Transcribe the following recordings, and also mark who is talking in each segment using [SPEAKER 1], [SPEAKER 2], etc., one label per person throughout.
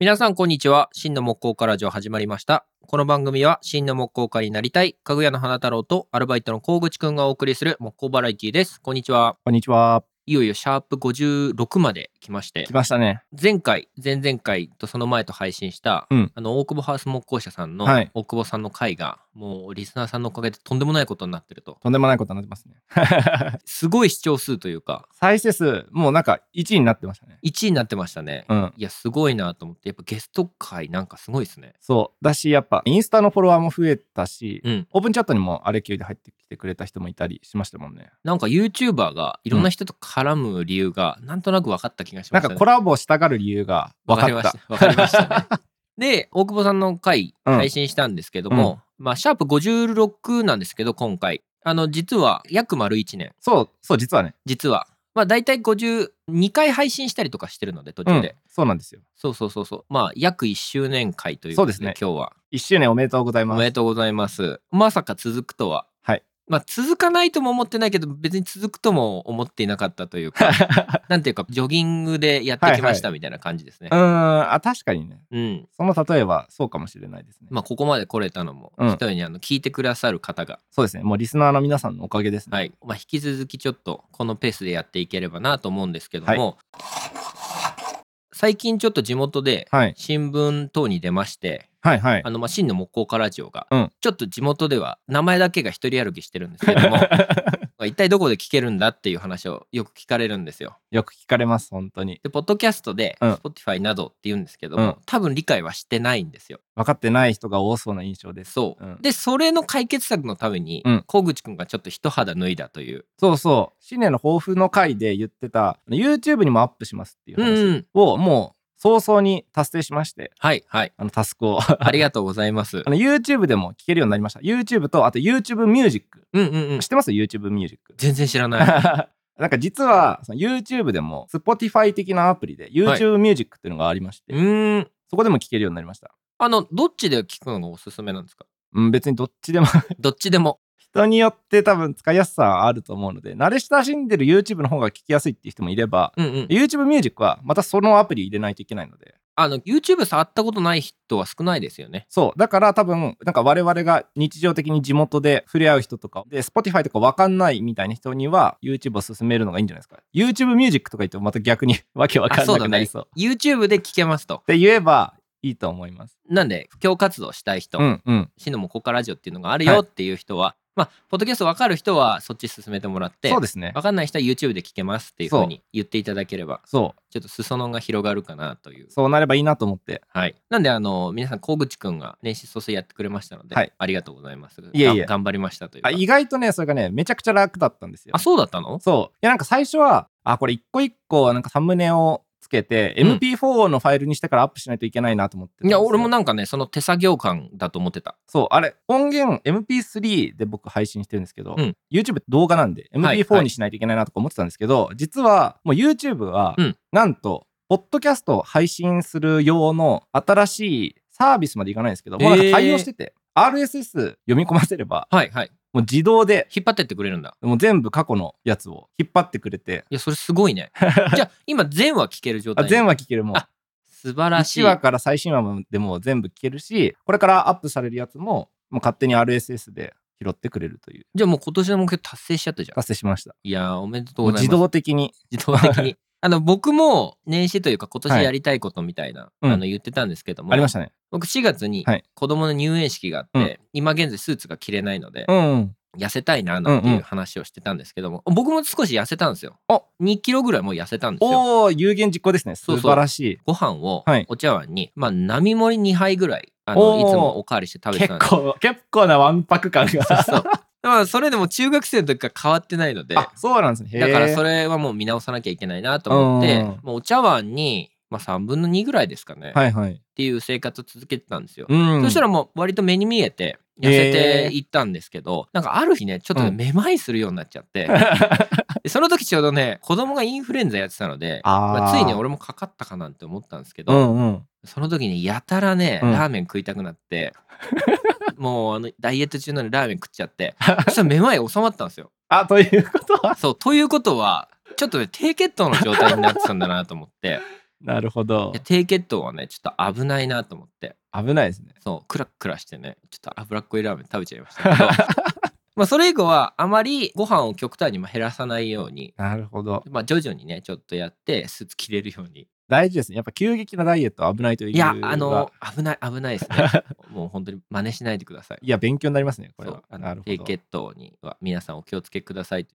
[SPEAKER 1] 皆さん、こんにちは。真の木工家ラジオ始まりました。この番組は、真の木工家になりたい、かぐやの花太郎とアルバイトの小口くんがお送りする木工バラエティです。こんにちは。
[SPEAKER 2] こんにちは。
[SPEAKER 1] いよいよシャープ56まで来まして
[SPEAKER 2] 来、ましたね。
[SPEAKER 1] 前回、前々回とその前と配信した、
[SPEAKER 2] うん
[SPEAKER 1] あの、大久保ハウス木工社さんの
[SPEAKER 2] はい
[SPEAKER 1] 大久保さんの回が、もうリスナーさんのおかげでとんでもないことになってると。
[SPEAKER 2] とんでもないことになってますね。
[SPEAKER 1] すごい視聴数というか、
[SPEAKER 2] 再生数、もうなんか1位になってましたね。
[SPEAKER 1] 1位になってましたね。
[SPEAKER 2] うん。
[SPEAKER 1] いや、すごいなと思って、やっぱゲスト回なんかすごいですね。
[SPEAKER 2] そう。だし、やっぱインスタのフォロワーも増えたし、
[SPEAKER 1] うん。
[SPEAKER 2] オープンチャットにもあれ級で入ってきてくれた人もいたりしましたもんね。
[SPEAKER 1] なんか YouTuber がいろんな人と絡む理由がなんとなく分かった気がし
[SPEAKER 2] な
[SPEAKER 1] まし
[SPEAKER 2] ん
[SPEAKER 1] た、
[SPEAKER 2] か
[SPEAKER 1] ね。
[SPEAKER 2] コラボしたがる理由が分かった。
[SPEAKER 1] 分かりました。分かりましたね。 で、大久保さんの回
[SPEAKER 2] うん
[SPEAKER 1] 配信したんですけども、まあ、シャープ56なんですけど、今回。あの、実は約丸1年。
[SPEAKER 2] そう、そう、実はね。
[SPEAKER 1] 実は。まあ、大体52回配信したりとかしてるので、途
[SPEAKER 2] う
[SPEAKER 1] 中
[SPEAKER 2] ん
[SPEAKER 1] で。。
[SPEAKER 2] そうなんですよ。
[SPEAKER 1] そうそうそうそう。まあ、約1周年回ということで、
[SPEAKER 2] そうですね
[SPEAKER 1] 今日は。
[SPEAKER 2] 1周年おめでとうござい
[SPEAKER 1] お
[SPEAKER 2] ま。
[SPEAKER 1] めですとうございます。まさか続くとは。
[SPEAKER 2] はい。
[SPEAKER 1] まあ、続かないとも思ってないけど、別に続くとも思っていなかったというか、 なんていうか、ジョギングでやってきましたみたいな感じですね。
[SPEAKER 2] うーん、あ、確かにね。
[SPEAKER 1] うん。
[SPEAKER 2] その例えばそうかもしれないですね。
[SPEAKER 1] まあ、ここまで来れたのも、
[SPEAKER 2] うん
[SPEAKER 1] 一人にあの聞いてくださる方が、
[SPEAKER 2] そうですね。もうリスナーの皆さんのおかげですね。
[SPEAKER 1] はい。まあ、引き続きちょっと、このペースでやっていければなと思うんですけども、最近ちょっと地元で、
[SPEAKER 2] はい。
[SPEAKER 1] 新聞等に出まして、
[SPEAKER 2] はい。はい
[SPEAKER 1] あ。のまあ真の木工家ラジオが、
[SPEAKER 2] うん
[SPEAKER 1] ちょっと地元では名前だけが一人歩きしてるんですけど も一体どこで聞けるんだっていう話をよく聞かれるんですよ。
[SPEAKER 2] よく聞かれます、本当に。
[SPEAKER 1] でポッドキャストで
[SPEAKER 2] うん
[SPEAKER 1] Spotify などって言うんですけども、
[SPEAKER 2] うん
[SPEAKER 1] 多分理解はしてないんですよ。
[SPEAKER 2] 分かってない人が多そうな印象です。
[SPEAKER 1] そう、
[SPEAKER 2] うん
[SPEAKER 1] でそれの解決策のために、
[SPEAKER 2] うん
[SPEAKER 1] 小口くんがちょっと一肌脱いだという。
[SPEAKER 2] そうそう。新年の抱負の回で言ってた、YouTube にもアップしますっていう
[SPEAKER 1] うんう
[SPEAKER 2] 話
[SPEAKER 1] ん
[SPEAKER 2] を、もう早々に達成しまして、
[SPEAKER 1] はいはい。
[SPEAKER 2] あのタスクを。 あ
[SPEAKER 1] ありがとうございます。
[SPEAKER 2] の YouTube でも聞けるようになりました。YouTube と、あと YouTube ミュージック。
[SPEAKER 1] うんうんうん
[SPEAKER 2] 知っ。てます ?YouTube ミュージック。
[SPEAKER 1] 全然知らない。
[SPEAKER 2] なんか実はその YouTube でも Spotify 的なアプリで YouTube ミュージックっていうのがありまして、
[SPEAKER 1] うーん。
[SPEAKER 2] そこでも聞けるようになりました。
[SPEAKER 1] あのどっちで聞くのがおすすめなんですか
[SPEAKER 2] うん、別にどっちでも
[SPEAKER 1] どっちでも。
[SPEAKER 2] 人によって多分使いやすさはあると思うので慣れ親しんでる YouTube の方が聞きやすいっていう人もいれば
[SPEAKER 1] うんうん、
[SPEAKER 2] YouTube ミュージックはまたそのアプリ入れないといけないので
[SPEAKER 1] あの YouTube 触ったことない人は少ないですよね。
[SPEAKER 2] そう。だから多分、なんか我々が日常的に地元で触れ合う人とか、で、Spotify とかわかんないみたいな人には、YouTube を勧めるのがいいんじゃないですか。YouTube ミュージックとか言ってもまた逆に わけわかんなくなりそう。
[SPEAKER 1] YouTube で聞けますと。
[SPEAKER 2] って言えばいいと思います。
[SPEAKER 1] なんで、布教活動したい人、
[SPEAKER 2] うんうん。
[SPEAKER 1] シノもここラジオっていうのがある
[SPEAKER 2] は
[SPEAKER 1] よ
[SPEAKER 2] い
[SPEAKER 1] っていう人は、まあ、ポッドキャスト分かる人はそっち進めてもらって、
[SPEAKER 2] そうですね
[SPEAKER 1] 分。かんない人は YouTube で聞けますっていうふうに言っていただければ、
[SPEAKER 2] そ
[SPEAKER 1] ちょっと裾野が広がるかなという
[SPEAKER 2] う。。そうなればいいなと思って。
[SPEAKER 1] はい。なんで、あの、皆さん、小口くんが年始早々やってくれましたので、
[SPEAKER 2] はい
[SPEAKER 1] ありがとうございます。
[SPEAKER 2] いえいえ
[SPEAKER 1] が頑張りましたというか。
[SPEAKER 2] あ意外とね、それがね、めちゃくちゃ楽だったんですよ
[SPEAKER 1] あ、。そうだったの
[SPEAKER 2] そう。いや、なんか最初は、あ、これ一個一個、なんかサムネをつけて、
[SPEAKER 1] うん
[SPEAKER 2] MP4 のファイルにしてからアップしないといけないなと思ってたん
[SPEAKER 1] い
[SPEAKER 2] で
[SPEAKER 1] や、
[SPEAKER 2] すよ。
[SPEAKER 1] 俺もなんかね、その手作業感だと思ってた。
[SPEAKER 2] そう、あれ、音源 MP3 で僕配信してるんですけど、
[SPEAKER 1] うん
[SPEAKER 2] YouTube 動画なんで
[SPEAKER 1] はいは
[SPEAKER 2] MP4
[SPEAKER 1] い
[SPEAKER 2] にしないといけないなとか思ってたんですけど、実はもう YouTube は、
[SPEAKER 1] うん
[SPEAKER 2] なんと、ポッドキャストを配信する用の新しいサービスまでいかないんですけど、もうなんか対応してて、RSS 読み込ませれば、
[SPEAKER 1] はいはい。
[SPEAKER 2] もう自動で、
[SPEAKER 1] 引っ張ってってくれるんだ。
[SPEAKER 2] もう全部過去のやつを引っ張ってくれて、
[SPEAKER 1] いや、それすごいね。 じゃあ、今、全話聞ける状
[SPEAKER 2] あ
[SPEAKER 1] 態。
[SPEAKER 2] 全話聞けるもう
[SPEAKER 1] あ素晴らしい。
[SPEAKER 2] 1話から最新話までもう全部聞けるし、これからアップされるやつも、もう勝手に RSS で拾ってくれるという、
[SPEAKER 1] じゃあもう今年の目標達成しちゃったじゃん。
[SPEAKER 2] 達成しました。
[SPEAKER 1] いやーおめでとう
[SPEAKER 2] もう
[SPEAKER 1] ござい
[SPEAKER 2] 自
[SPEAKER 1] ます。
[SPEAKER 2] 動的に
[SPEAKER 1] 自動的に。あの僕も年始というか今年やりたいことみたいな、
[SPEAKER 2] うん
[SPEAKER 1] あの言ってたんですけども、
[SPEAKER 2] ありましたね。
[SPEAKER 1] 僕4月に
[SPEAKER 2] はい
[SPEAKER 1] 子供の入園式があって、
[SPEAKER 2] うん
[SPEAKER 1] 今現在スーツが着れないので、
[SPEAKER 2] うんうん。
[SPEAKER 1] 痩せたいななんてい
[SPEAKER 2] ん
[SPEAKER 1] う
[SPEAKER 2] う
[SPEAKER 1] うん話をしてたんですけども、僕も少し痩せたんですよ。
[SPEAKER 2] お
[SPEAKER 1] 2キロぐらいもう痩せたんですよ。
[SPEAKER 2] おお、有言実行ですね。
[SPEAKER 1] そう
[SPEAKER 2] 素
[SPEAKER 1] そう
[SPEAKER 2] 晴らしい。
[SPEAKER 1] ご飯を
[SPEAKER 2] はい
[SPEAKER 1] お茶碗に、まあ並盛り2杯ぐらいあの
[SPEAKER 2] お
[SPEAKER 1] い
[SPEAKER 2] ー
[SPEAKER 1] つもおかわりして食べてたんですよ。
[SPEAKER 2] 構、結構なわんぱく感が。
[SPEAKER 1] そうそう。まあそれでも中学生の時から変わってないので。
[SPEAKER 2] あ、そうなんですね。へー
[SPEAKER 1] だからそれはもう見直さなきゃいけないなと思って、
[SPEAKER 2] うん
[SPEAKER 1] もうお茶碗に、まあ、3分の2ぐらいですかね、っ
[SPEAKER 2] はいはい。
[SPEAKER 1] ていう生活を続けてたんですよ。
[SPEAKER 2] うん。
[SPEAKER 1] そした
[SPEAKER 2] ら、
[SPEAKER 1] らもう割と目に見えて痩せて
[SPEAKER 2] へー
[SPEAKER 1] いったんですけど、なんかある日ねちょっとね
[SPEAKER 2] うん
[SPEAKER 1] めまいするようになっちゃ って、でその時ちょうどね子供がインフルエンザやってたので
[SPEAKER 2] あー
[SPEAKER 1] まあついに俺もかかったかなんて思ったんですけ
[SPEAKER 2] う
[SPEAKER 1] ど、
[SPEAKER 2] んうん。
[SPEAKER 1] その時にやたらね、
[SPEAKER 2] うん
[SPEAKER 1] ラーメン食いたくな って。もうあのダイエット中なのにラーメン食っちゃ ってそしたらめまい収まったんですよ
[SPEAKER 2] あ、ということは、
[SPEAKER 1] そう、ということは、ちょっとね、低血糖の状態になってたんだなと思って、
[SPEAKER 2] なるほど
[SPEAKER 1] いや。低血糖はねちょっと危ないなと思って
[SPEAKER 2] 危ないですね。
[SPEAKER 1] そうクラクラしてねちょっと脂っこいラーメン食べちゃいましたけ どまあそれ以後はあまりご飯を極端にも減らさないように
[SPEAKER 2] なるほど。
[SPEAKER 1] まあ徐々にねちょっとやってスーツ着れるように
[SPEAKER 2] 大事ですね。やっぱ急激なダイエットは危ないという
[SPEAKER 1] いや
[SPEAKER 2] 理由が
[SPEAKER 1] あの危ない危ないですねもう本当に真似しないでください
[SPEAKER 2] いや、勉強になりますね、これ
[SPEAKER 1] そう
[SPEAKER 2] は。
[SPEAKER 1] あ
[SPEAKER 2] な
[SPEAKER 1] の
[SPEAKER 2] るほ
[SPEAKER 1] 低
[SPEAKER 2] ど。
[SPEAKER 1] 血糖には皆さんお気をつけください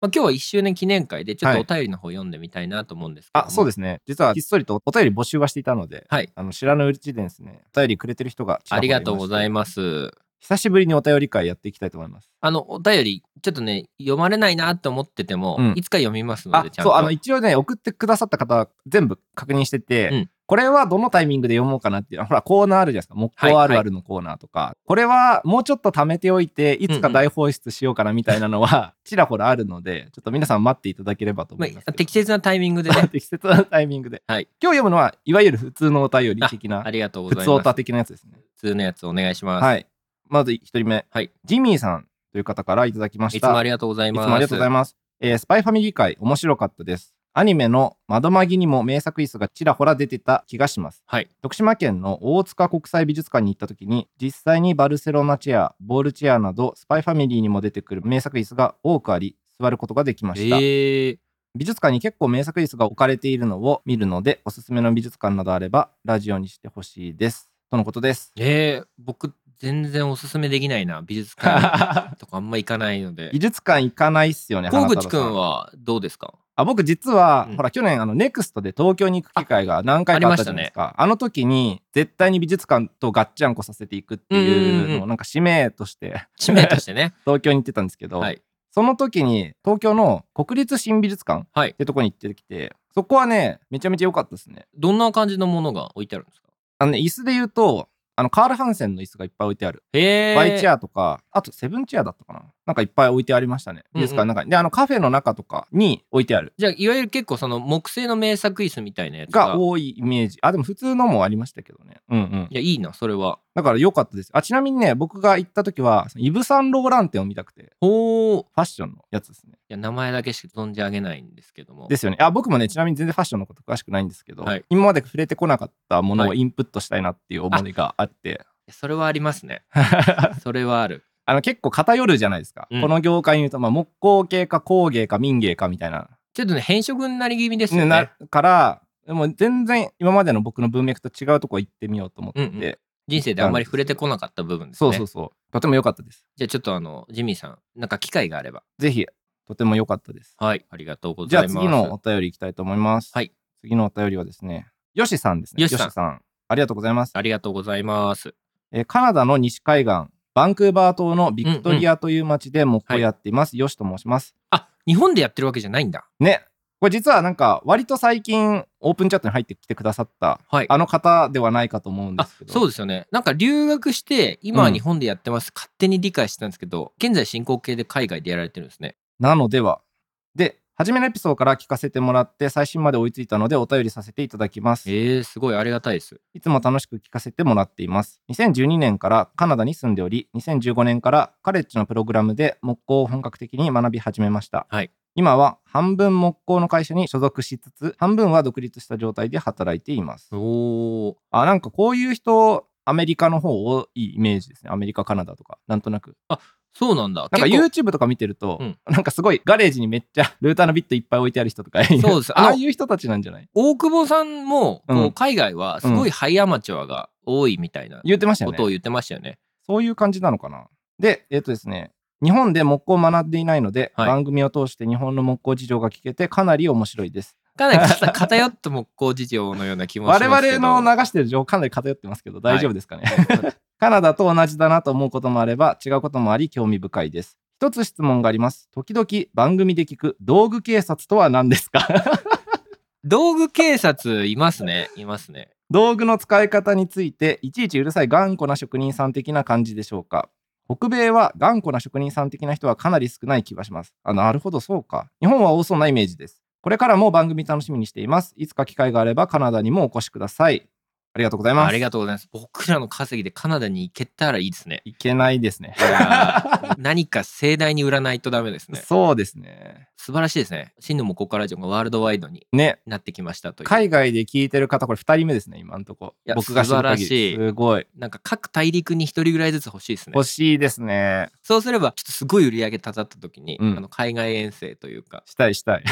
[SPEAKER 1] まあ、今日は1周年記念会でちょっと
[SPEAKER 2] はい
[SPEAKER 1] お便りの方読んでみたいなと思うんですけども
[SPEAKER 2] あ、そうですすね。実はひっそりとお便り募集はしていたので、
[SPEAKER 1] はい
[SPEAKER 2] あの知らぬうちでですね、お便りくれてる人が
[SPEAKER 1] ありがとうござい
[SPEAKER 2] す。
[SPEAKER 1] ます
[SPEAKER 2] 久しぶりにお便り会やっていきたいと思います。
[SPEAKER 1] あのお便りちょっとね読まれないなと思ってても、
[SPEAKER 2] うん
[SPEAKER 1] いつか読みますの
[SPEAKER 2] あ
[SPEAKER 1] でちゃん
[SPEAKER 2] そう
[SPEAKER 1] と
[SPEAKER 2] あの一応ね送ってくださった方全部確認してて、
[SPEAKER 1] うん
[SPEAKER 2] これはどのタイミングで読もうかなっていうほらコーナーあるじゃないですか木工あるあるのコーナーとか、これはもうちょっと貯めておいていつか大放出しようかなみたいなのは ちらほらあるのでちょっと皆さん待っていただければと思
[SPEAKER 1] ま
[SPEAKER 2] いますけ
[SPEAKER 1] あ
[SPEAKER 2] ど、
[SPEAKER 1] 適切なタイミングで ね
[SPEAKER 2] 適切なタイミングで、
[SPEAKER 1] はい
[SPEAKER 2] 今日読むのはいわゆる普通のお便り的な
[SPEAKER 1] ありがとうご
[SPEAKER 2] 普
[SPEAKER 1] ざい
[SPEAKER 2] 通お
[SPEAKER 1] ます
[SPEAKER 2] た的なやつですね
[SPEAKER 1] 普通のやつお願いします、
[SPEAKER 2] はいまず一人目、
[SPEAKER 1] はい
[SPEAKER 2] ジミーさんという方からいただきました
[SPEAKER 1] いつもありがとうござい
[SPEAKER 2] いつ
[SPEAKER 1] ます
[SPEAKER 2] もありがとうございます。えースパイファミリー会、面白かったです。アニメの窓まぎにも名作椅子がちらほら出てた気がします。
[SPEAKER 1] はい
[SPEAKER 2] 徳島県の大塚国際美術館に行った時に、実際にバルセロナチェア、ボールチェアなど、スパイファミリーにも出てくる名作椅子が多くあり、座ることができました。
[SPEAKER 1] えー、
[SPEAKER 2] 美術館に結構名作椅子が置かれているのを見るので、おすすめの美術館などあれば、ラジオにしてほしいです。とのことです。
[SPEAKER 1] えー、僕全然おすすめできないな美術館とかあんま行かないので
[SPEAKER 2] 美術館行か ないっすよね、
[SPEAKER 1] 河
[SPEAKER 2] 花太
[SPEAKER 1] 口
[SPEAKER 2] 郎
[SPEAKER 1] く
[SPEAKER 2] さ
[SPEAKER 1] んはどうですか
[SPEAKER 2] あ僕実は、
[SPEAKER 1] うん
[SPEAKER 2] ほら去年あのネクストで東京に行く機会が何回かあったじゃないですかあの時に絶対に美術館とガッチャンコさせていくって
[SPEAKER 1] うん
[SPEAKER 2] いううんの
[SPEAKER 1] う
[SPEAKER 2] をなんか使命として
[SPEAKER 1] 使命としてね
[SPEAKER 2] 東京に行ってたんですけど、
[SPEAKER 1] はい
[SPEAKER 2] その時に東京の国立新美術館
[SPEAKER 1] はい
[SPEAKER 2] ってとこに行ってきてそこはねめちゃめちゃ良かったですね
[SPEAKER 1] どんな感じのものが置いてあるんですか
[SPEAKER 2] あのね椅子で言うとあのカール・ハンセンの椅子がいっぱい置いてある
[SPEAKER 1] へえ
[SPEAKER 2] バイチ
[SPEAKER 1] ア
[SPEAKER 2] ェアとかあとセブンチェアだったかななんかいっぱい置いてありましたね美術館の中に、であのカフェの中とかに置いてある
[SPEAKER 1] じゃあいわゆる結構その木製の名作椅子みたいなやつが
[SPEAKER 2] が多いイメージ。あ、でも普通のもありましたけどね。うんうん
[SPEAKER 1] い。やいいなそれは
[SPEAKER 2] だから良かったです。あ、ちなみにね、僕が行った時は、そのイブ・サンローラン展を見たくて、
[SPEAKER 1] ほう
[SPEAKER 2] ファッションのやつですね。
[SPEAKER 1] いや名前だけしか存じ上げないんですけども
[SPEAKER 2] ですよね。あ、僕もね、ちなみに全然ファッションのこと詳しくないんですけど、
[SPEAKER 1] はい
[SPEAKER 2] 今まで触れてこなかったもの
[SPEAKER 1] は
[SPEAKER 2] を
[SPEAKER 1] い
[SPEAKER 2] インプットしたいなっていう思いがあって、
[SPEAKER 1] それはあります ねそれはある
[SPEAKER 2] あの結構偏るじゃないですか。
[SPEAKER 1] うん
[SPEAKER 2] この業界に言うと、まあ、木工系か工芸か民芸かみたいな。
[SPEAKER 1] ちょっとね変色になり気味ですよね
[SPEAKER 2] ねなから、でも全然今までの僕の文脈と違うとこ行ってみようと思ってて、
[SPEAKER 1] うんうん人生であんまり触れてこなかった部分ですね
[SPEAKER 2] そうそうそう。とても良かったです。
[SPEAKER 1] じゃあちょっとあのジミーさんなんか機会があれば
[SPEAKER 2] ぜひ、とても良かったです。
[SPEAKER 1] はいありがとうご
[SPEAKER 2] じゃ
[SPEAKER 1] ざい
[SPEAKER 2] あ
[SPEAKER 1] ます
[SPEAKER 2] 次のお便りいきたいと思います。
[SPEAKER 1] はい。
[SPEAKER 2] 次のお便りはですね、ヨシさんですね。
[SPEAKER 1] ヨシさん
[SPEAKER 2] ありがとうございます、
[SPEAKER 1] ありがとうございます
[SPEAKER 2] えーカナダの西海岸、バンクーバー島のビクトリアという町で木工やっています。ヨシと申します。
[SPEAKER 1] あ日本でやってるわけじゃないんだ
[SPEAKER 2] ね。これ実はなんか、割と最近、オープンチャットに入ってきてくださった、
[SPEAKER 1] はい
[SPEAKER 2] あの方ではないかと思うんで
[SPEAKER 1] あ
[SPEAKER 2] すけど。
[SPEAKER 1] そう
[SPEAKER 2] う
[SPEAKER 1] ですよねなんか留学して今は
[SPEAKER 2] うん
[SPEAKER 1] 日本でやってます、勝手に理解してたんですけど現在進行形で海外でやられてるんですね
[SPEAKER 2] なのでは。で、初めのエピソードから聞かせてもらって、最新まで追いついたのでお便りさせていただきます。
[SPEAKER 1] えー、すごいありがたいです
[SPEAKER 2] いつも楽しく聞かせてもらっています。2012年からカナダに住んでおり、2015年からカレッジのプログラムで木工を本格的に学び始めました。
[SPEAKER 1] はい
[SPEAKER 2] 今は半分木工の会社に所属しつつ、半分は独立した状態で働いています。
[SPEAKER 1] おー
[SPEAKER 2] あ、なんかこういう人、アメリカの方多いイメージですね。アメリカ、カナダとか、なんとなく。
[SPEAKER 1] そうなんだ
[SPEAKER 2] なんか
[SPEAKER 1] 結構
[SPEAKER 2] YouTube とか見てると、
[SPEAKER 1] うん
[SPEAKER 2] なんかすごいガレージにめっちゃルーターのビットいっぱい置いてある人とかいる、
[SPEAKER 1] そうですあの
[SPEAKER 2] ああいう人たちなんじゃない
[SPEAKER 1] 大久保さんもこう、
[SPEAKER 2] うん
[SPEAKER 1] 海外はすごいハイアマチュアが多いみたいな
[SPEAKER 2] 言ってました
[SPEAKER 1] こ
[SPEAKER 2] よね
[SPEAKER 1] とを。言ってましたよね。
[SPEAKER 2] そういう感じなのかな。で、えっ、とですね、日本で木工を学んでいないので、
[SPEAKER 1] はい
[SPEAKER 2] 番組を通して日本の木工事情が聞けて、かなり面白いです。
[SPEAKER 1] かなり偏偏った木工事情のような気もします
[SPEAKER 2] 我
[SPEAKER 1] けど
[SPEAKER 2] 々の流してる情報、かなり偏ってますけど、大丈夫ですかね。カナダと同じだなと思うこともあれば、違うこともあり、興味深いです。一つ質問があります。時々番組で聞く道具警察とは何ですか
[SPEAKER 1] 道具警察いますねいますね。
[SPEAKER 2] 道具の使い方について、いちいちうるさい頑固な職人さん的な感じでしょうか北米は頑固な職人さん的な人はかなり少ない気がします。あ、なるほど、そうか。日本は多そうなイメージです。これからも番組楽しみにしています。いつか機会があればカナダにもお越しください。ありがとうございます。
[SPEAKER 1] ありがとうございます。僕らの稼ぎでカナダに行けたらいいですね。
[SPEAKER 2] いけないですね。
[SPEAKER 1] いやー何か盛大に売らないとダメですね。
[SPEAKER 2] そうですね。
[SPEAKER 1] 素晴らしいですね。真のもここからジョンがワールドワイドに
[SPEAKER 2] ね。
[SPEAKER 1] なってきましたという。
[SPEAKER 2] 海外で聞いてる方、これ2人目ですね、今んとこ
[SPEAKER 1] いや。
[SPEAKER 2] 僕が知
[SPEAKER 1] 素
[SPEAKER 2] る限り
[SPEAKER 1] 晴らしい
[SPEAKER 2] すごい。
[SPEAKER 1] なんか各大陸に一人ぐらいずつ欲しいですね
[SPEAKER 2] 欲。しいですね。
[SPEAKER 1] そうすればちょっとすごい売り上げたたった時に、
[SPEAKER 2] うん
[SPEAKER 1] あの海外遠征というか
[SPEAKER 2] したいしたい。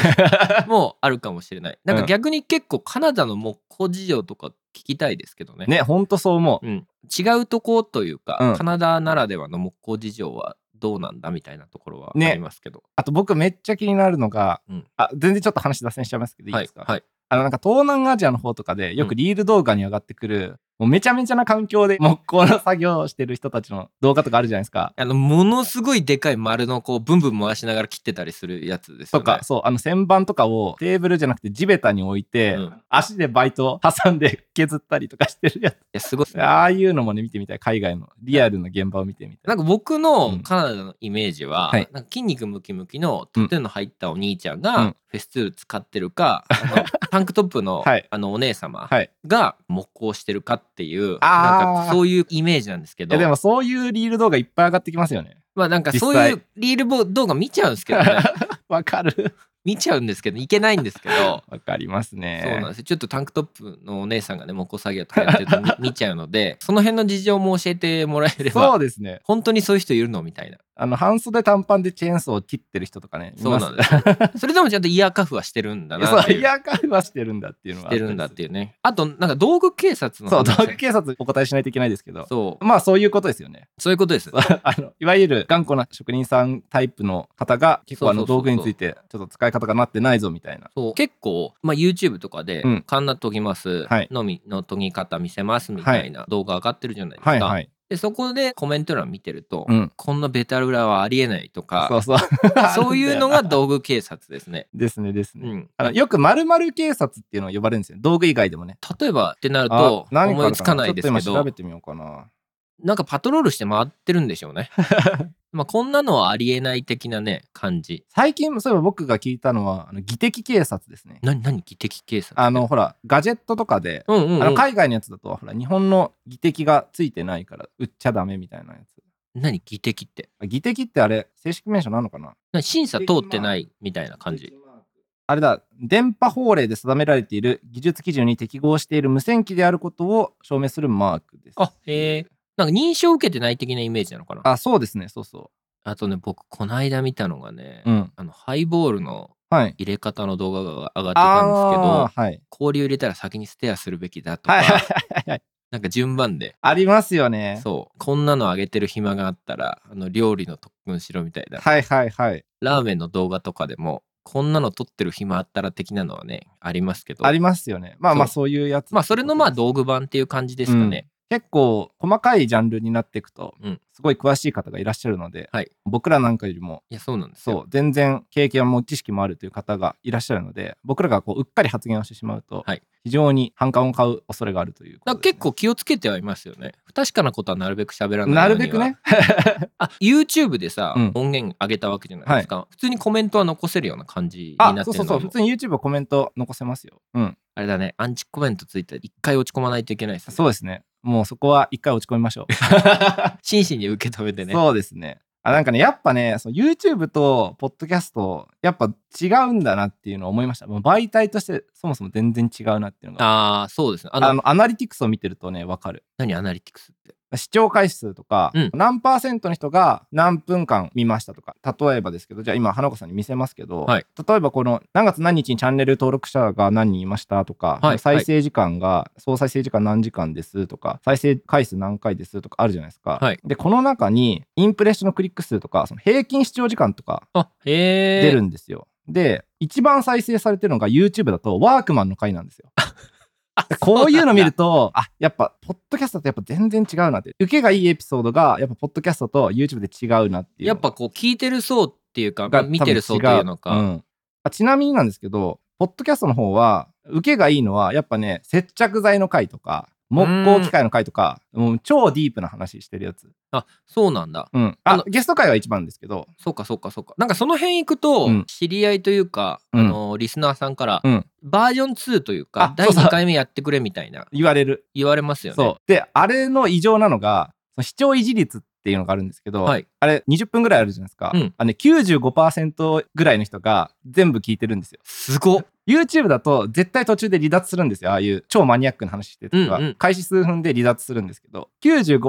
[SPEAKER 1] もうあるかもしれない。なん
[SPEAKER 2] う
[SPEAKER 1] か
[SPEAKER 2] ん
[SPEAKER 1] 逆に結構カナダの木工事情とか聞きたいですけどね。
[SPEAKER 2] ね、ほんとそう思う。
[SPEAKER 1] うん、違うとこというか、
[SPEAKER 2] うん
[SPEAKER 1] カナダならではの木工事情はどうなんだみたいなところはあ
[SPEAKER 2] ね
[SPEAKER 1] りますけど。
[SPEAKER 2] あと僕めっちゃ気になるのが、
[SPEAKER 1] うん
[SPEAKER 2] あ全然ちょっと話脱線しちゃいますけどいい
[SPEAKER 1] は
[SPEAKER 2] で
[SPEAKER 1] い
[SPEAKER 2] すか、
[SPEAKER 1] はい。
[SPEAKER 2] あのなんか東南アジアの方とかでよくリール動画に上がってくる、もうめちゃめちゃな環境で木工の作業をしてる人たちの動画とかあるじゃないですか。
[SPEAKER 1] あのものすごいでかい丸のこうブンブン回しながら切ってたりするやつですよ
[SPEAKER 2] と
[SPEAKER 1] ね。
[SPEAKER 2] か、そう、あの旋盤とかをテーブルじゃなくて地べたに置いて、
[SPEAKER 1] うんい
[SPEAKER 2] 足でバイトを挟んで削ったりとかしてるや
[SPEAKER 1] やすごいです
[SPEAKER 2] つ。
[SPEAKER 1] ね。
[SPEAKER 2] ああいうのもね、見てみたい。海外のリアルな現場を見てみた。
[SPEAKER 1] ないんか僕
[SPEAKER 2] う
[SPEAKER 1] の
[SPEAKER 2] ん
[SPEAKER 1] カナダのイメージは、
[SPEAKER 2] はい
[SPEAKER 1] なんか筋肉ムキムキのタトゥーの入ったお兄ちゃん
[SPEAKER 2] うん
[SPEAKER 1] がフェスツール使ってるか、あ のタンクトップの,、
[SPEAKER 2] はい
[SPEAKER 1] あのお姉様
[SPEAKER 2] はい。
[SPEAKER 1] が木工してるかっていう
[SPEAKER 2] あー
[SPEAKER 1] なんかそういうイメージなんですけ
[SPEAKER 2] いや
[SPEAKER 1] ど
[SPEAKER 2] でもそういうリール動画いっぱい上がってきますよね。
[SPEAKER 1] まあなんか
[SPEAKER 2] 実
[SPEAKER 1] そう
[SPEAKER 2] 際
[SPEAKER 1] いうリールボ動画見ちゃうんですけどね
[SPEAKER 2] わかる
[SPEAKER 1] 見ちゃうんですけどいけないんですけど。
[SPEAKER 2] わかりますね。
[SPEAKER 1] そうなんですよちょっとタンクトップのお姉さんがね木工作業とかやってると 見見ちゃうのでその辺の事情も教えてもらえれば
[SPEAKER 2] そうですね。
[SPEAKER 1] 本当にそういう人いるのみたいな
[SPEAKER 2] あの半袖短パンでチェーンソーを切ってる人とかね、
[SPEAKER 1] そうなん
[SPEAKER 2] い
[SPEAKER 1] で
[SPEAKER 2] ます
[SPEAKER 1] よそれでもちゃんとイヤーカフはしてるんだ
[SPEAKER 2] そ
[SPEAKER 1] なって
[SPEAKER 2] う、
[SPEAKER 1] いう
[SPEAKER 2] イヤーカフはしてるんだっていうの
[SPEAKER 1] し
[SPEAKER 2] は。
[SPEAKER 1] てるんだっていうねあとなんか道具警察の
[SPEAKER 2] そう、
[SPEAKER 1] 話
[SPEAKER 2] 道具警察お答えしないといけないですけど。
[SPEAKER 1] そう
[SPEAKER 2] まあそういうことですよね。
[SPEAKER 1] そういうことです
[SPEAKER 2] あのいわゆる頑固な職人さんタイプの方が結構あの
[SPEAKER 1] そうそうそう
[SPEAKER 2] 道具についてちょっと使い方がなってないぞみたいな。
[SPEAKER 1] そう結構、まあ、YouTube とかで
[SPEAKER 2] うん
[SPEAKER 1] 「カンナ研ぎます」
[SPEAKER 2] はい
[SPEAKER 1] のみの研ぎ方見せます」みたいな動画上がってるじゃないですか、
[SPEAKER 2] はいはい。
[SPEAKER 1] でそこでコメント欄見てると、
[SPEAKER 2] うん。
[SPEAKER 1] こんなベタ裏はありえないと
[SPEAKER 2] そ
[SPEAKER 1] か
[SPEAKER 2] うそう。
[SPEAKER 1] そういうの
[SPEAKER 2] あ
[SPEAKER 1] が
[SPEAKER 2] るんだよ
[SPEAKER 1] 道
[SPEAKER 2] な
[SPEAKER 1] 具警察ですね、
[SPEAKER 2] ですねです
[SPEAKER 1] う
[SPEAKER 2] ね。
[SPEAKER 1] ん、
[SPEAKER 2] あのよく〇〇警察っていうのを呼ばれるんですよ。道具以外でもね。
[SPEAKER 1] 例えばってなると
[SPEAKER 2] あ何かあ
[SPEAKER 1] 思い
[SPEAKER 2] る
[SPEAKER 1] つ
[SPEAKER 2] か
[SPEAKER 1] かないですけ
[SPEAKER 2] ちょっと今調
[SPEAKER 1] ど
[SPEAKER 2] べてみようかな。
[SPEAKER 1] なんかパトロールして回ってるんでしょう ねまあこんなのはありえない的なね感じ
[SPEAKER 2] 最近そういえば僕が聞いたのはあの技的警察ですね。
[SPEAKER 1] 何何技的警察
[SPEAKER 2] あのほらガジェットとかで
[SPEAKER 1] うんうん、うん、
[SPEAKER 2] あの海外のやつだとほら日本の技的がついてないから売っちゃダメみたいなやつ
[SPEAKER 1] 何技的って
[SPEAKER 2] あ技的ってあれ正式名称なのかな
[SPEAKER 1] 何審査通ってないみたいな感じ
[SPEAKER 2] あれだ電波法令で定められている技術基準に適合している無線機であることを証明するマークです
[SPEAKER 1] あへえなんか認証受けてない的なイメージなのかなあ
[SPEAKER 2] あそうですねそうそ
[SPEAKER 1] とね僕この間見たのがね、
[SPEAKER 2] ううん
[SPEAKER 1] あのハイボールの
[SPEAKER 2] はい
[SPEAKER 1] 入れ方の動画が上がってたんですけど
[SPEAKER 2] ああーはい
[SPEAKER 1] 氷を入れたら先にステアするべきだとか、
[SPEAKER 2] はいはいはいはい
[SPEAKER 1] なんか順番で
[SPEAKER 2] ありますよね
[SPEAKER 1] そうこんなのあげてる暇があったらあの料理の特訓しろみたいな、
[SPEAKER 2] はいはいはい
[SPEAKER 1] ラーメンの動画とかでもこんなの撮ってる暇あったら的なのはねありますけど
[SPEAKER 2] ありますよねまあまあそういうやつ
[SPEAKER 1] まあそれのまあ道具版っていう感じですかね、
[SPEAKER 2] 結構細かいジャンルになっていくと、
[SPEAKER 1] うん
[SPEAKER 2] すごい詳しい方がいらっしゃるので、
[SPEAKER 1] はい
[SPEAKER 2] 僕らなんかよりも
[SPEAKER 1] いやそうなんですよ
[SPEAKER 2] そう全然経験も知識もあるという方がいらっしゃるので僕らがこううっかり発言をしてしまうと、
[SPEAKER 1] はい
[SPEAKER 2] 非常に反感を買う恐れがあるというこ
[SPEAKER 1] だ
[SPEAKER 2] と
[SPEAKER 1] から
[SPEAKER 2] ですね、
[SPEAKER 1] 結構気をつけてはいますよね。不確かなことはなるべく喋らない
[SPEAKER 2] な
[SPEAKER 1] よ
[SPEAKER 2] る
[SPEAKER 1] うに
[SPEAKER 2] べ
[SPEAKER 1] は
[SPEAKER 2] くね。
[SPEAKER 1] あ、YouTube でさ、
[SPEAKER 2] うん
[SPEAKER 1] 音源上げたわけじゃないですか、普通にコメントは残せるような感じになってるの
[SPEAKER 2] あそうそうそう
[SPEAKER 1] も
[SPEAKER 2] 普通に YouTube コメント残せますようん
[SPEAKER 1] あれだね、アンチコメントついたら一回落ち込まないといけないですね。
[SPEAKER 2] そうですねもうそこは一回落ち込みましょ
[SPEAKER 1] 真摯に受け止めて
[SPEAKER 2] う、
[SPEAKER 1] ね。
[SPEAKER 2] そうですねあなんかねやっぱねその YouTube とポッドキャストやっぱ違うんだなっていうのを思いましたもう媒体としてそもそも全然違うなっていうのが
[SPEAKER 1] ああ、そうですね。あの、
[SPEAKER 2] あのアナリティクスを見てるとね分かる
[SPEAKER 1] 何アナリティクスって。
[SPEAKER 2] 視聴回数とか、
[SPEAKER 1] うん
[SPEAKER 2] 何パーセントの人が何分間見ましたとか例えばですけどじゃあ今花子さんに見せますけど、
[SPEAKER 1] はい
[SPEAKER 2] 例えばこの何月何日にチャンネル登録者が何人いましたとか、
[SPEAKER 1] はい
[SPEAKER 2] 再生時間が総再生時間何時間ですとか再生回数何回ですとかあるじゃないですか、
[SPEAKER 1] はい
[SPEAKER 2] でこの中にインプレッションのクリック数とかその平均視聴時間とか
[SPEAKER 1] あ、へえ。
[SPEAKER 2] 出るんですよ、で一番再生されてるのが YouTube だとワークマンの回なんですよ
[SPEAKER 1] あ。
[SPEAKER 2] こういうの見る
[SPEAKER 1] と。
[SPEAKER 2] と、あ、やっぱ、ポッドキャストとやっぱ全然違うなって。受けがいいエピソードが、やっぱ、ポッドキャストと YouTube で違うなっていう
[SPEAKER 1] や
[SPEAKER 2] のが。
[SPEAKER 1] っぱこう、聞いてる層っていうか、
[SPEAKER 2] が
[SPEAKER 1] 見てる層っていうのか。
[SPEAKER 2] 多分違うんあちなみになんですけど、ポッドキャストの方は、受けがいいのは、やっぱね、接着剤の回とか、木工機械の回とか、もう超ディープな話してるやつ。
[SPEAKER 1] あそうなんだ
[SPEAKER 2] うん。
[SPEAKER 1] あ
[SPEAKER 2] あ
[SPEAKER 1] の、
[SPEAKER 2] ゲスト回は一番ですけど、
[SPEAKER 1] そうかそうかそうかなんかその辺行くと、
[SPEAKER 2] うん
[SPEAKER 1] 知り合いというか、
[SPEAKER 2] うん
[SPEAKER 1] あのリスナーさんから、
[SPEAKER 2] うん
[SPEAKER 1] バージョン2というか
[SPEAKER 2] あ
[SPEAKER 1] 第
[SPEAKER 2] そうそう
[SPEAKER 1] 2回目やってくれみたいな
[SPEAKER 2] 言われる。
[SPEAKER 1] 言われますよね
[SPEAKER 2] そう。で、あれの異常なのが、その視聴維持率っていうのがあるんですけど、
[SPEAKER 1] はい
[SPEAKER 2] あれ20分ぐらいあるじゃないですか。
[SPEAKER 1] うん
[SPEAKER 2] あのね、95%ぐらいの人が全部聞いてるんですよ。
[SPEAKER 1] すごっ
[SPEAKER 2] YouTube だと絶対途中で離脱するんですよ。ああいう超マニアックな話してるとか、
[SPEAKER 1] うんうん
[SPEAKER 2] 開始数分で離脱するんですけど、95%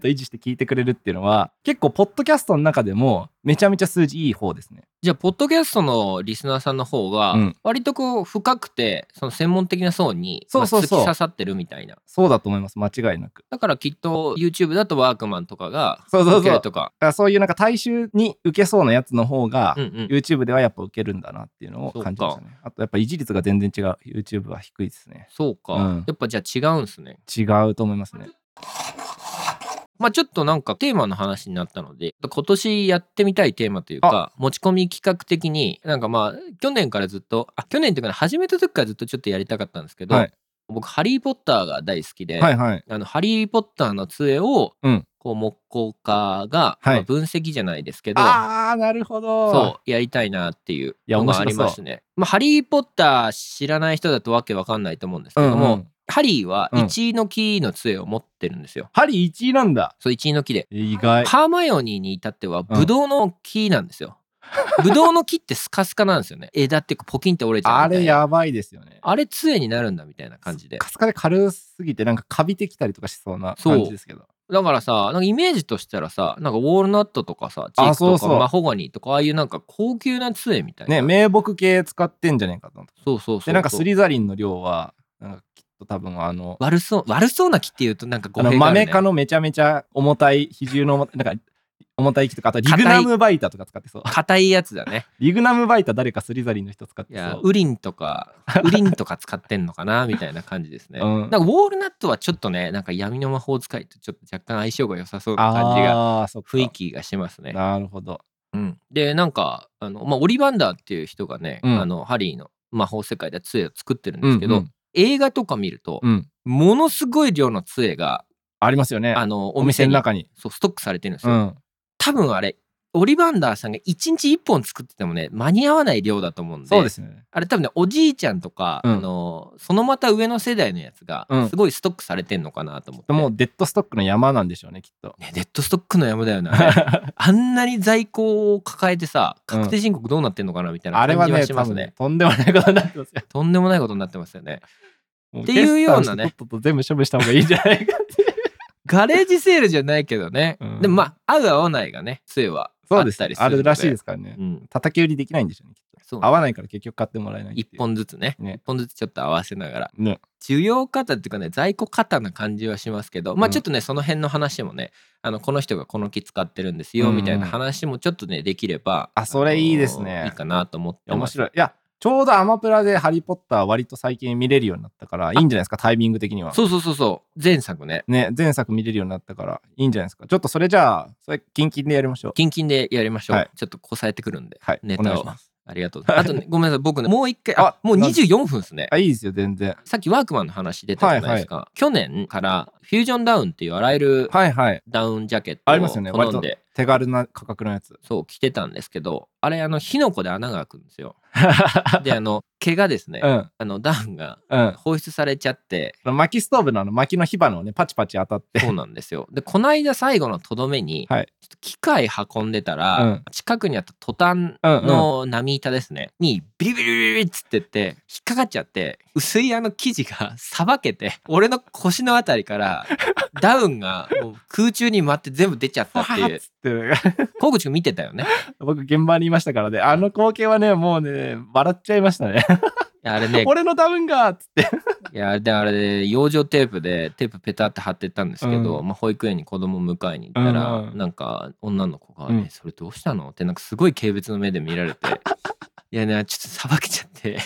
[SPEAKER 2] 維持して聞いてくれるっていうのは、結構、ポッドキャストの中でもめちゃめちゃ数字いい方ですね。
[SPEAKER 1] じゃあポッドキャストのリスナーさんの方が、
[SPEAKER 2] うん
[SPEAKER 1] 割とこう深くてその専門的な層に
[SPEAKER 2] そうそうそう
[SPEAKER 1] まあ突き刺さってるみたいな
[SPEAKER 2] そうだと思います。間違いなく。
[SPEAKER 1] だからきっと YouTube だとワークマンとかが
[SPEAKER 2] そうそうそう
[SPEAKER 1] 受けるとか
[SPEAKER 2] だからそういうなんか大衆に受けそうなやつの方が、
[SPEAKER 1] うんうん
[SPEAKER 2] YouTube ではやっぱ受けるんだなっていうのを感じましたね。あとやっぱ維持率が全然違う。YouTube は低いですね。
[SPEAKER 1] そうか、
[SPEAKER 2] うん
[SPEAKER 1] やっぱじゃあ違うんすね
[SPEAKER 2] 違うと思いますね。
[SPEAKER 1] まあちょっとなんかテーマの話になったので今年やってみたいテーマというか持ち込み企画的になんかまあ去年からずっとあ去年というかね始めた時からずっとちょっとやりたかったんですけど、
[SPEAKER 2] はい
[SPEAKER 1] 僕「ハリー・ポッター」が大好きで、
[SPEAKER 2] はいはい。
[SPEAKER 1] あのハリー・ポッターの杖を、
[SPEAKER 2] うん
[SPEAKER 1] こう木工家が、
[SPEAKER 2] はい
[SPEAKER 1] まあ分析じゃないですけど
[SPEAKER 2] あー、なるほど。
[SPEAKER 1] そうやりたいなっていう
[SPEAKER 2] いや
[SPEAKER 1] の
[SPEAKER 2] 面白
[SPEAKER 1] が
[SPEAKER 2] そ
[SPEAKER 1] あ
[SPEAKER 2] う
[SPEAKER 1] りますね。まあ、ハリー・ポッター知らない人だとわけわかんないと思うんですけ
[SPEAKER 2] ん
[SPEAKER 1] ど
[SPEAKER 2] ん
[SPEAKER 1] も、ハリーは
[SPEAKER 2] うん
[SPEAKER 1] 1位の木の杖を持ってるんですよ。
[SPEAKER 2] ハリー1位なんだ。
[SPEAKER 1] そう1位の木で。
[SPEAKER 2] 意外。
[SPEAKER 1] ハーマイオニーに至っては
[SPEAKER 2] うん
[SPEAKER 1] ブドウの木なんですよ。 ブドウの木ってスカスカなんですよね。枝っていうかポキンって折れちゃ
[SPEAKER 2] あ
[SPEAKER 1] うみた
[SPEAKER 2] れ
[SPEAKER 1] いな。
[SPEAKER 2] やばいですよね。
[SPEAKER 1] あれ杖になるんだみたいな感じで。
[SPEAKER 2] カスカで軽すぎてなんかカビてきたりとかしそうな感じですけど
[SPEAKER 1] だからさ、なんかイメージとしたらさ、なんかウォールナットとかさ、チーク
[SPEAKER 2] そう
[SPEAKER 1] と
[SPEAKER 2] そう
[SPEAKER 1] かマホガニーとかああいうなんか高級な杖みたいな。
[SPEAKER 2] ね名木系使ってんじゃねえかと思って
[SPEAKER 1] そうそうそうそう。
[SPEAKER 2] でなんかスリザリンの量はなんかきっと多分あの
[SPEAKER 1] 悪そう悪そうな木っていうとなんか語
[SPEAKER 2] あの
[SPEAKER 1] 弊がある、ね、
[SPEAKER 2] 豆科のめちゃめちゃ重たい比重の重たなんか重たい木とかあとリグナムバイタとか使ってそう
[SPEAKER 1] 硬いやつだね
[SPEAKER 2] リグナムバイタ誰かスリザリンの人使っ
[SPEAKER 1] い
[SPEAKER 2] て
[SPEAKER 1] や
[SPEAKER 2] そう
[SPEAKER 1] ウリンとかウリンとか使ってんのかなみたいな感じですね、
[SPEAKER 2] うん
[SPEAKER 1] なんかウォールナットはちょっとねなんか闇の魔法使いとちょっと若干相性が良さそうな感じが
[SPEAKER 2] あーそっか
[SPEAKER 1] 雰囲気がしますね、
[SPEAKER 2] なるほど
[SPEAKER 1] うん、でなんかあの、まあ、オリバンダーっていう人がね、
[SPEAKER 2] うん
[SPEAKER 1] あのハリーの魔法世界で杖を作ってるんですけど、
[SPEAKER 2] うん
[SPEAKER 1] 映画とか見ると、
[SPEAKER 2] うんうん
[SPEAKER 1] ものすごい量の杖が
[SPEAKER 2] ありますよね
[SPEAKER 1] あの
[SPEAKER 2] お
[SPEAKER 1] お
[SPEAKER 2] 店
[SPEAKER 1] 店
[SPEAKER 2] の
[SPEAKER 1] に
[SPEAKER 2] 中に
[SPEAKER 1] そうストックされてるんです
[SPEAKER 2] う
[SPEAKER 1] よ、
[SPEAKER 2] ん
[SPEAKER 1] 多分あれオリバンダーさんが1日1本作っててもね間に合わない量だと思うんで
[SPEAKER 2] そうですね
[SPEAKER 1] あれ多分ねおじいちゃんとか、
[SPEAKER 2] うん
[SPEAKER 1] あのそのまた上の世代のやつが
[SPEAKER 2] うん
[SPEAKER 1] すごいストックされてんのかなと思って、
[SPEAKER 2] もうデッドストックの山なんでしょうねきっと
[SPEAKER 1] ね、デッドストックの山だよねあれ あんなに在庫を抱えてさ確定申告どうなってんのかなみたいな
[SPEAKER 2] あれ
[SPEAKER 1] 感
[SPEAKER 2] は
[SPEAKER 1] じは
[SPEAKER 2] ね
[SPEAKER 1] し
[SPEAKER 2] 多
[SPEAKER 1] ます
[SPEAKER 2] 分
[SPEAKER 1] ね
[SPEAKER 2] ねとんでもないことになってますよ
[SPEAKER 1] とんでもないことになってますよね
[SPEAKER 2] って
[SPEAKER 1] いうようなね
[SPEAKER 2] とっとと全部処分した方がいいんじゃないかっていう
[SPEAKER 1] ガレージセールじゃないけどね、
[SPEAKER 2] うん
[SPEAKER 1] でもまあ合う合わないがね杖は
[SPEAKER 2] そ
[SPEAKER 1] あ
[SPEAKER 2] う
[SPEAKER 1] っ
[SPEAKER 2] です
[SPEAKER 1] たりする、
[SPEAKER 2] あるらしいですすからね、
[SPEAKER 1] うん、
[SPEAKER 2] 叩き売りできないんでしょうねきっ
[SPEAKER 1] そう
[SPEAKER 2] と合わないから結局買ってもらえないっていう
[SPEAKER 1] 1本ずつね
[SPEAKER 2] ね
[SPEAKER 1] 1本ずつちょっと合わせながら
[SPEAKER 2] ね
[SPEAKER 1] 需要方っていうかね在庫方な感じはしますけどま
[SPEAKER 2] う
[SPEAKER 1] あ
[SPEAKER 2] ん
[SPEAKER 1] ちょっとね、その辺の話もねあのこの人がこの木使ってるんですよ
[SPEAKER 2] うん
[SPEAKER 1] みたいな話もちょっとねできれば、
[SPEAKER 2] あそれいいですね
[SPEAKER 1] あのいいかなと思って
[SPEAKER 2] 面
[SPEAKER 1] ます
[SPEAKER 2] 白いいやちょうどアマプラで「ハリー・ポッター」割と最近見れるようになったからいいんじゃないですかタイミング的には
[SPEAKER 1] そうそうそうそう前作ね
[SPEAKER 2] ね前作見れるようになったからいいんじゃないですかちょっとそれじゃあそれキンキンでやりましょう
[SPEAKER 1] キンキンでやりましょう、
[SPEAKER 2] はい
[SPEAKER 1] ちょっとこさえてくるんで
[SPEAKER 2] はい
[SPEAKER 1] ネタを
[SPEAKER 2] お願いします
[SPEAKER 1] ありがとうございますあと、ね、ごめんなさい僕ねもう一回
[SPEAKER 2] あ
[SPEAKER 1] あもう
[SPEAKER 2] なん
[SPEAKER 1] 24分ですね
[SPEAKER 2] あいいですよ全然
[SPEAKER 1] さっきワークマンの話出たじゃないですか、去年からフュージョンダウンっていうあらゆる
[SPEAKER 2] はいはい
[SPEAKER 1] ダウンジャケッ
[SPEAKER 2] ありますよね
[SPEAKER 1] トを好ん
[SPEAKER 2] 割
[SPEAKER 1] で、
[SPEAKER 2] 手軽な価格のやつ
[SPEAKER 1] そう着てたんですけどあれあの火の粉で穴が開くんですよ であの毛がですね、
[SPEAKER 2] うん
[SPEAKER 1] あのダウンが
[SPEAKER 2] うん
[SPEAKER 1] 放出されちゃって
[SPEAKER 2] 薪ストーブのあの薪の火花をねパチパチ当たって
[SPEAKER 1] そうなんですよでこの間最後のとどめに、
[SPEAKER 2] はい
[SPEAKER 1] ちょっと機械運んでたら、
[SPEAKER 2] うん
[SPEAKER 1] 近くにあったトタンの波板ですね、にビリビリビリビリっつってって引っかかっちゃって薄いあの生地がさばけて俺の腰のあたりからダウンがもう空中に舞って全部出ちゃったって
[SPEAKER 2] わ
[SPEAKER 1] い
[SPEAKER 2] ーっ
[SPEAKER 1] う
[SPEAKER 2] つって
[SPEAKER 1] 小口君見てたよね
[SPEAKER 2] 僕現場にいましたからねあの光景はねもうね笑っちゃいましたね
[SPEAKER 1] いやあれね
[SPEAKER 2] 俺のダウンがーっつって
[SPEAKER 1] いやであれで養生テープでテープペタって貼ってったんですけど、
[SPEAKER 2] う
[SPEAKER 1] まあ、保育園に子供迎えに行ったら、
[SPEAKER 2] うんうん
[SPEAKER 1] なんか女の子が、
[SPEAKER 2] うん
[SPEAKER 1] えそれどうしたの?」ってなんかすごい軽蔑の目で見られていやねちょっとさばけちゃって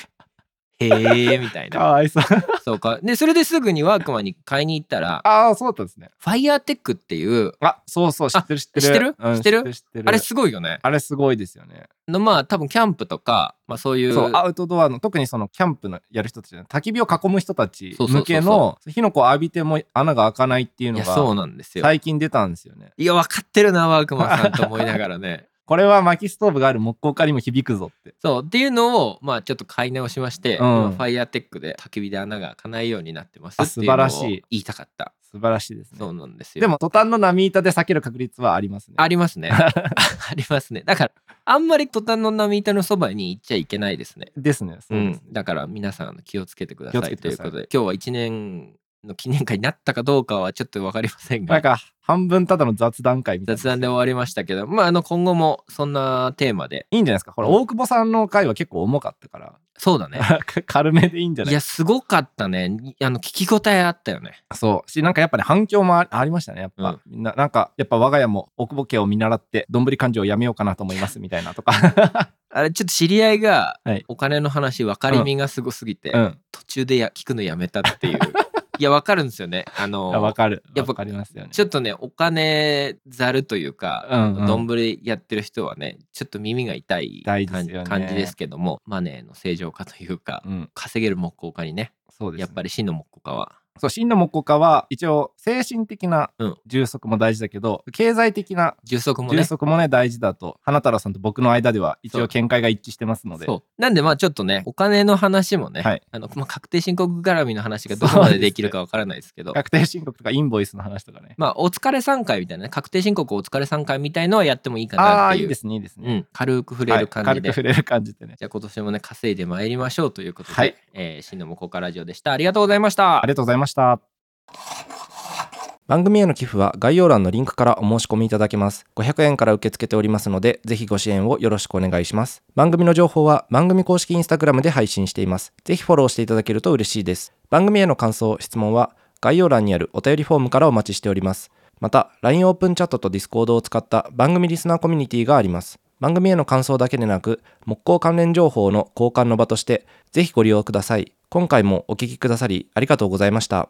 [SPEAKER 1] へえみたい
[SPEAKER 2] か
[SPEAKER 1] な
[SPEAKER 2] わいそう。
[SPEAKER 1] そうかでそれですぐにワークマンに買いに行ったら
[SPEAKER 2] ああ、そうだったんですね。
[SPEAKER 1] ファイヤーテックっていう
[SPEAKER 2] あ、そうそう、知ってる知ってる。
[SPEAKER 1] 知ってる
[SPEAKER 2] うん
[SPEAKER 1] 知ってる
[SPEAKER 2] 知ってる。
[SPEAKER 1] あれすごいよね
[SPEAKER 2] あれすごいですよね。
[SPEAKER 1] のまあ多分キャンプとか、まあ、そういう
[SPEAKER 2] そう、アウトドアの、特にそのキャンプのやる人たちじゃない、焚き火を囲む人たち
[SPEAKER 1] そうそうそう
[SPEAKER 2] 向けの、火の粉を浴びても穴が開かないっていう
[SPEAKER 1] い
[SPEAKER 2] の
[SPEAKER 1] やそう
[SPEAKER 2] が、
[SPEAKER 1] なんですよ
[SPEAKER 2] 最近出たんですよね。
[SPEAKER 1] いや分かってるなワークマンさんと思いながらね
[SPEAKER 2] これは薪ストーブがある木工家にも響くぞって。
[SPEAKER 1] そうっていうのをまあちょっと買い直しまして、
[SPEAKER 2] うん
[SPEAKER 1] 今ファイヤーテックで焚き火で穴が開かないようになってます
[SPEAKER 2] あ
[SPEAKER 1] っていうのを
[SPEAKER 2] 素晴らしい
[SPEAKER 1] 言いたかった
[SPEAKER 2] 素晴らしいですね
[SPEAKER 1] そ。うなんですよ
[SPEAKER 2] でも、途端の波板で避ける確率はありますね。
[SPEAKER 1] あります ねありますねだからあんまり途端の波板のそばに行っちゃいけないですね
[SPEAKER 2] ですね。そうですね
[SPEAKER 1] だから皆さんあの気をつけてくださ
[SPEAKER 2] 気をつ
[SPEAKER 1] い
[SPEAKER 2] けて
[SPEAKER 1] と
[SPEAKER 2] く
[SPEAKER 1] いう
[SPEAKER 2] ださ
[SPEAKER 1] こ
[SPEAKER 2] い
[SPEAKER 1] とで今日は1年の記念会になったかどうかはちょっと分かりませ ん
[SPEAKER 2] なん
[SPEAKER 1] が
[SPEAKER 2] か、半分ただの雑談会みたいな。
[SPEAKER 1] 雑談で終わりましたけど、まあ、あの今後もそんなテーマで
[SPEAKER 2] いいんじゃないですか。ほら、大久保さんの回は結構重かったから、
[SPEAKER 1] そうだね
[SPEAKER 2] 軽めでいいんじゃない
[SPEAKER 1] いやすごかったねにあの聞き応えあったよね
[SPEAKER 2] そうしなんかやっぱね反響もあありましたねやっぱ、
[SPEAKER 1] うん
[SPEAKER 2] みんななんかやっぱ我が家も奥ぼけを見習ってどんぶり勘定をやめようかなと思いますみたいなと か
[SPEAKER 1] あれちょっと知り合いが
[SPEAKER 2] はい
[SPEAKER 1] お金の話分かりみがすごすぎて、
[SPEAKER 2] うん
[SPEAKER 1] 途中でや聞くのやめたって いういや分かるんですよねあの
[SPEAKER 2] わかる
[SPEAKER 1] やっぱ
[SPEAKER 2] わかりますよね
[SPEAKER 1] ちょっとねお金ざるというか
[SPEAKER 2] うんうん
[SPEAKER 1] 丼、ぶりやってる人はねちょっと耳が痛い
[SPEAKER 2] 痛いで
[SPEAKER 1] 感
[SPEAKER 2] す
[SPEAKER 1] じ
[SPEAKER 2] よね
[SPEAKER 1] 感じですけどもマネーの正常化というか、
[SPEAKER 2] うん
[SPEAKER 1] 稼げる木工家にね
[SPEAKER 2] そうです、ね、
[SPEAKER 1] やっぱり真の木工家は
[SPEAKER 2] そう真の木工家は一応精神的な
[SPEAKER 1] うん
[SPEAKER 2] 充足も大事だけど、経済的な
[SPEAKER 1] 充足もね
[SPEAKER 2] 充足もね大事だと花太郎さんと僕の間では一
[SPEAKER 1] そ
[SPEAKER 2] 応
[SPEAKER 1] う
[SPEAKER 2] 見解が一致してますので
[SPEAKER 1] そうなんでまあちょっとねお金の話もね、
[SPEAKER 2] はい
[SPEAKER 1] あのまあ、確定申告絡みの話がどこまでできるかわからないですけど。
[SPEAKER 2] 確定申告とかインボイスの話とかね
[SPEAKER 1] まあ、お疲れ3回みたいなね確定申告お疲れ3回みたいのはやってもいいか
[SPEAKER 2] あ
[SPEAKER 1] なっ
[SPEAKER 2] あー
[SPEAKER 1] てい
[SPEAKER 2] いういですねいいですね、
[SPEAKER 1] うん、軽く触れる感じ
[SPEAKER 2] はい、軽く
[SPEAKER 1] で、
[SPEAKER 2] 触れる感じでね
[SPEAKER 1] じゃあ今年もね稼いでまいりましょうということで、
[SPEAKER 2] はい
[SPEAKER 1] えー、真の木工家ラジオでしたありがとうございました
[SPEAKER 2] ありがとうございました。番組への寄付は概要欄のリンクからお申し込みいただけます。500円から受け付けておりますので、ぜひご支援をよろしくお願いします。番組の情報は番組公式インスタグラムで配信しています。ぜひフォローしていただけると嬉しいです。番組への感想、質問は概要欄にあるお便りフォームからお待ちしております。また、LINE オープンチャットと Discord を使った番組リスナーコミュニティがあります。番組への感想だけでなく、木工関連情報の交換の場として、ぜひご利用ください。今回もお聞きくださりありがとうございました。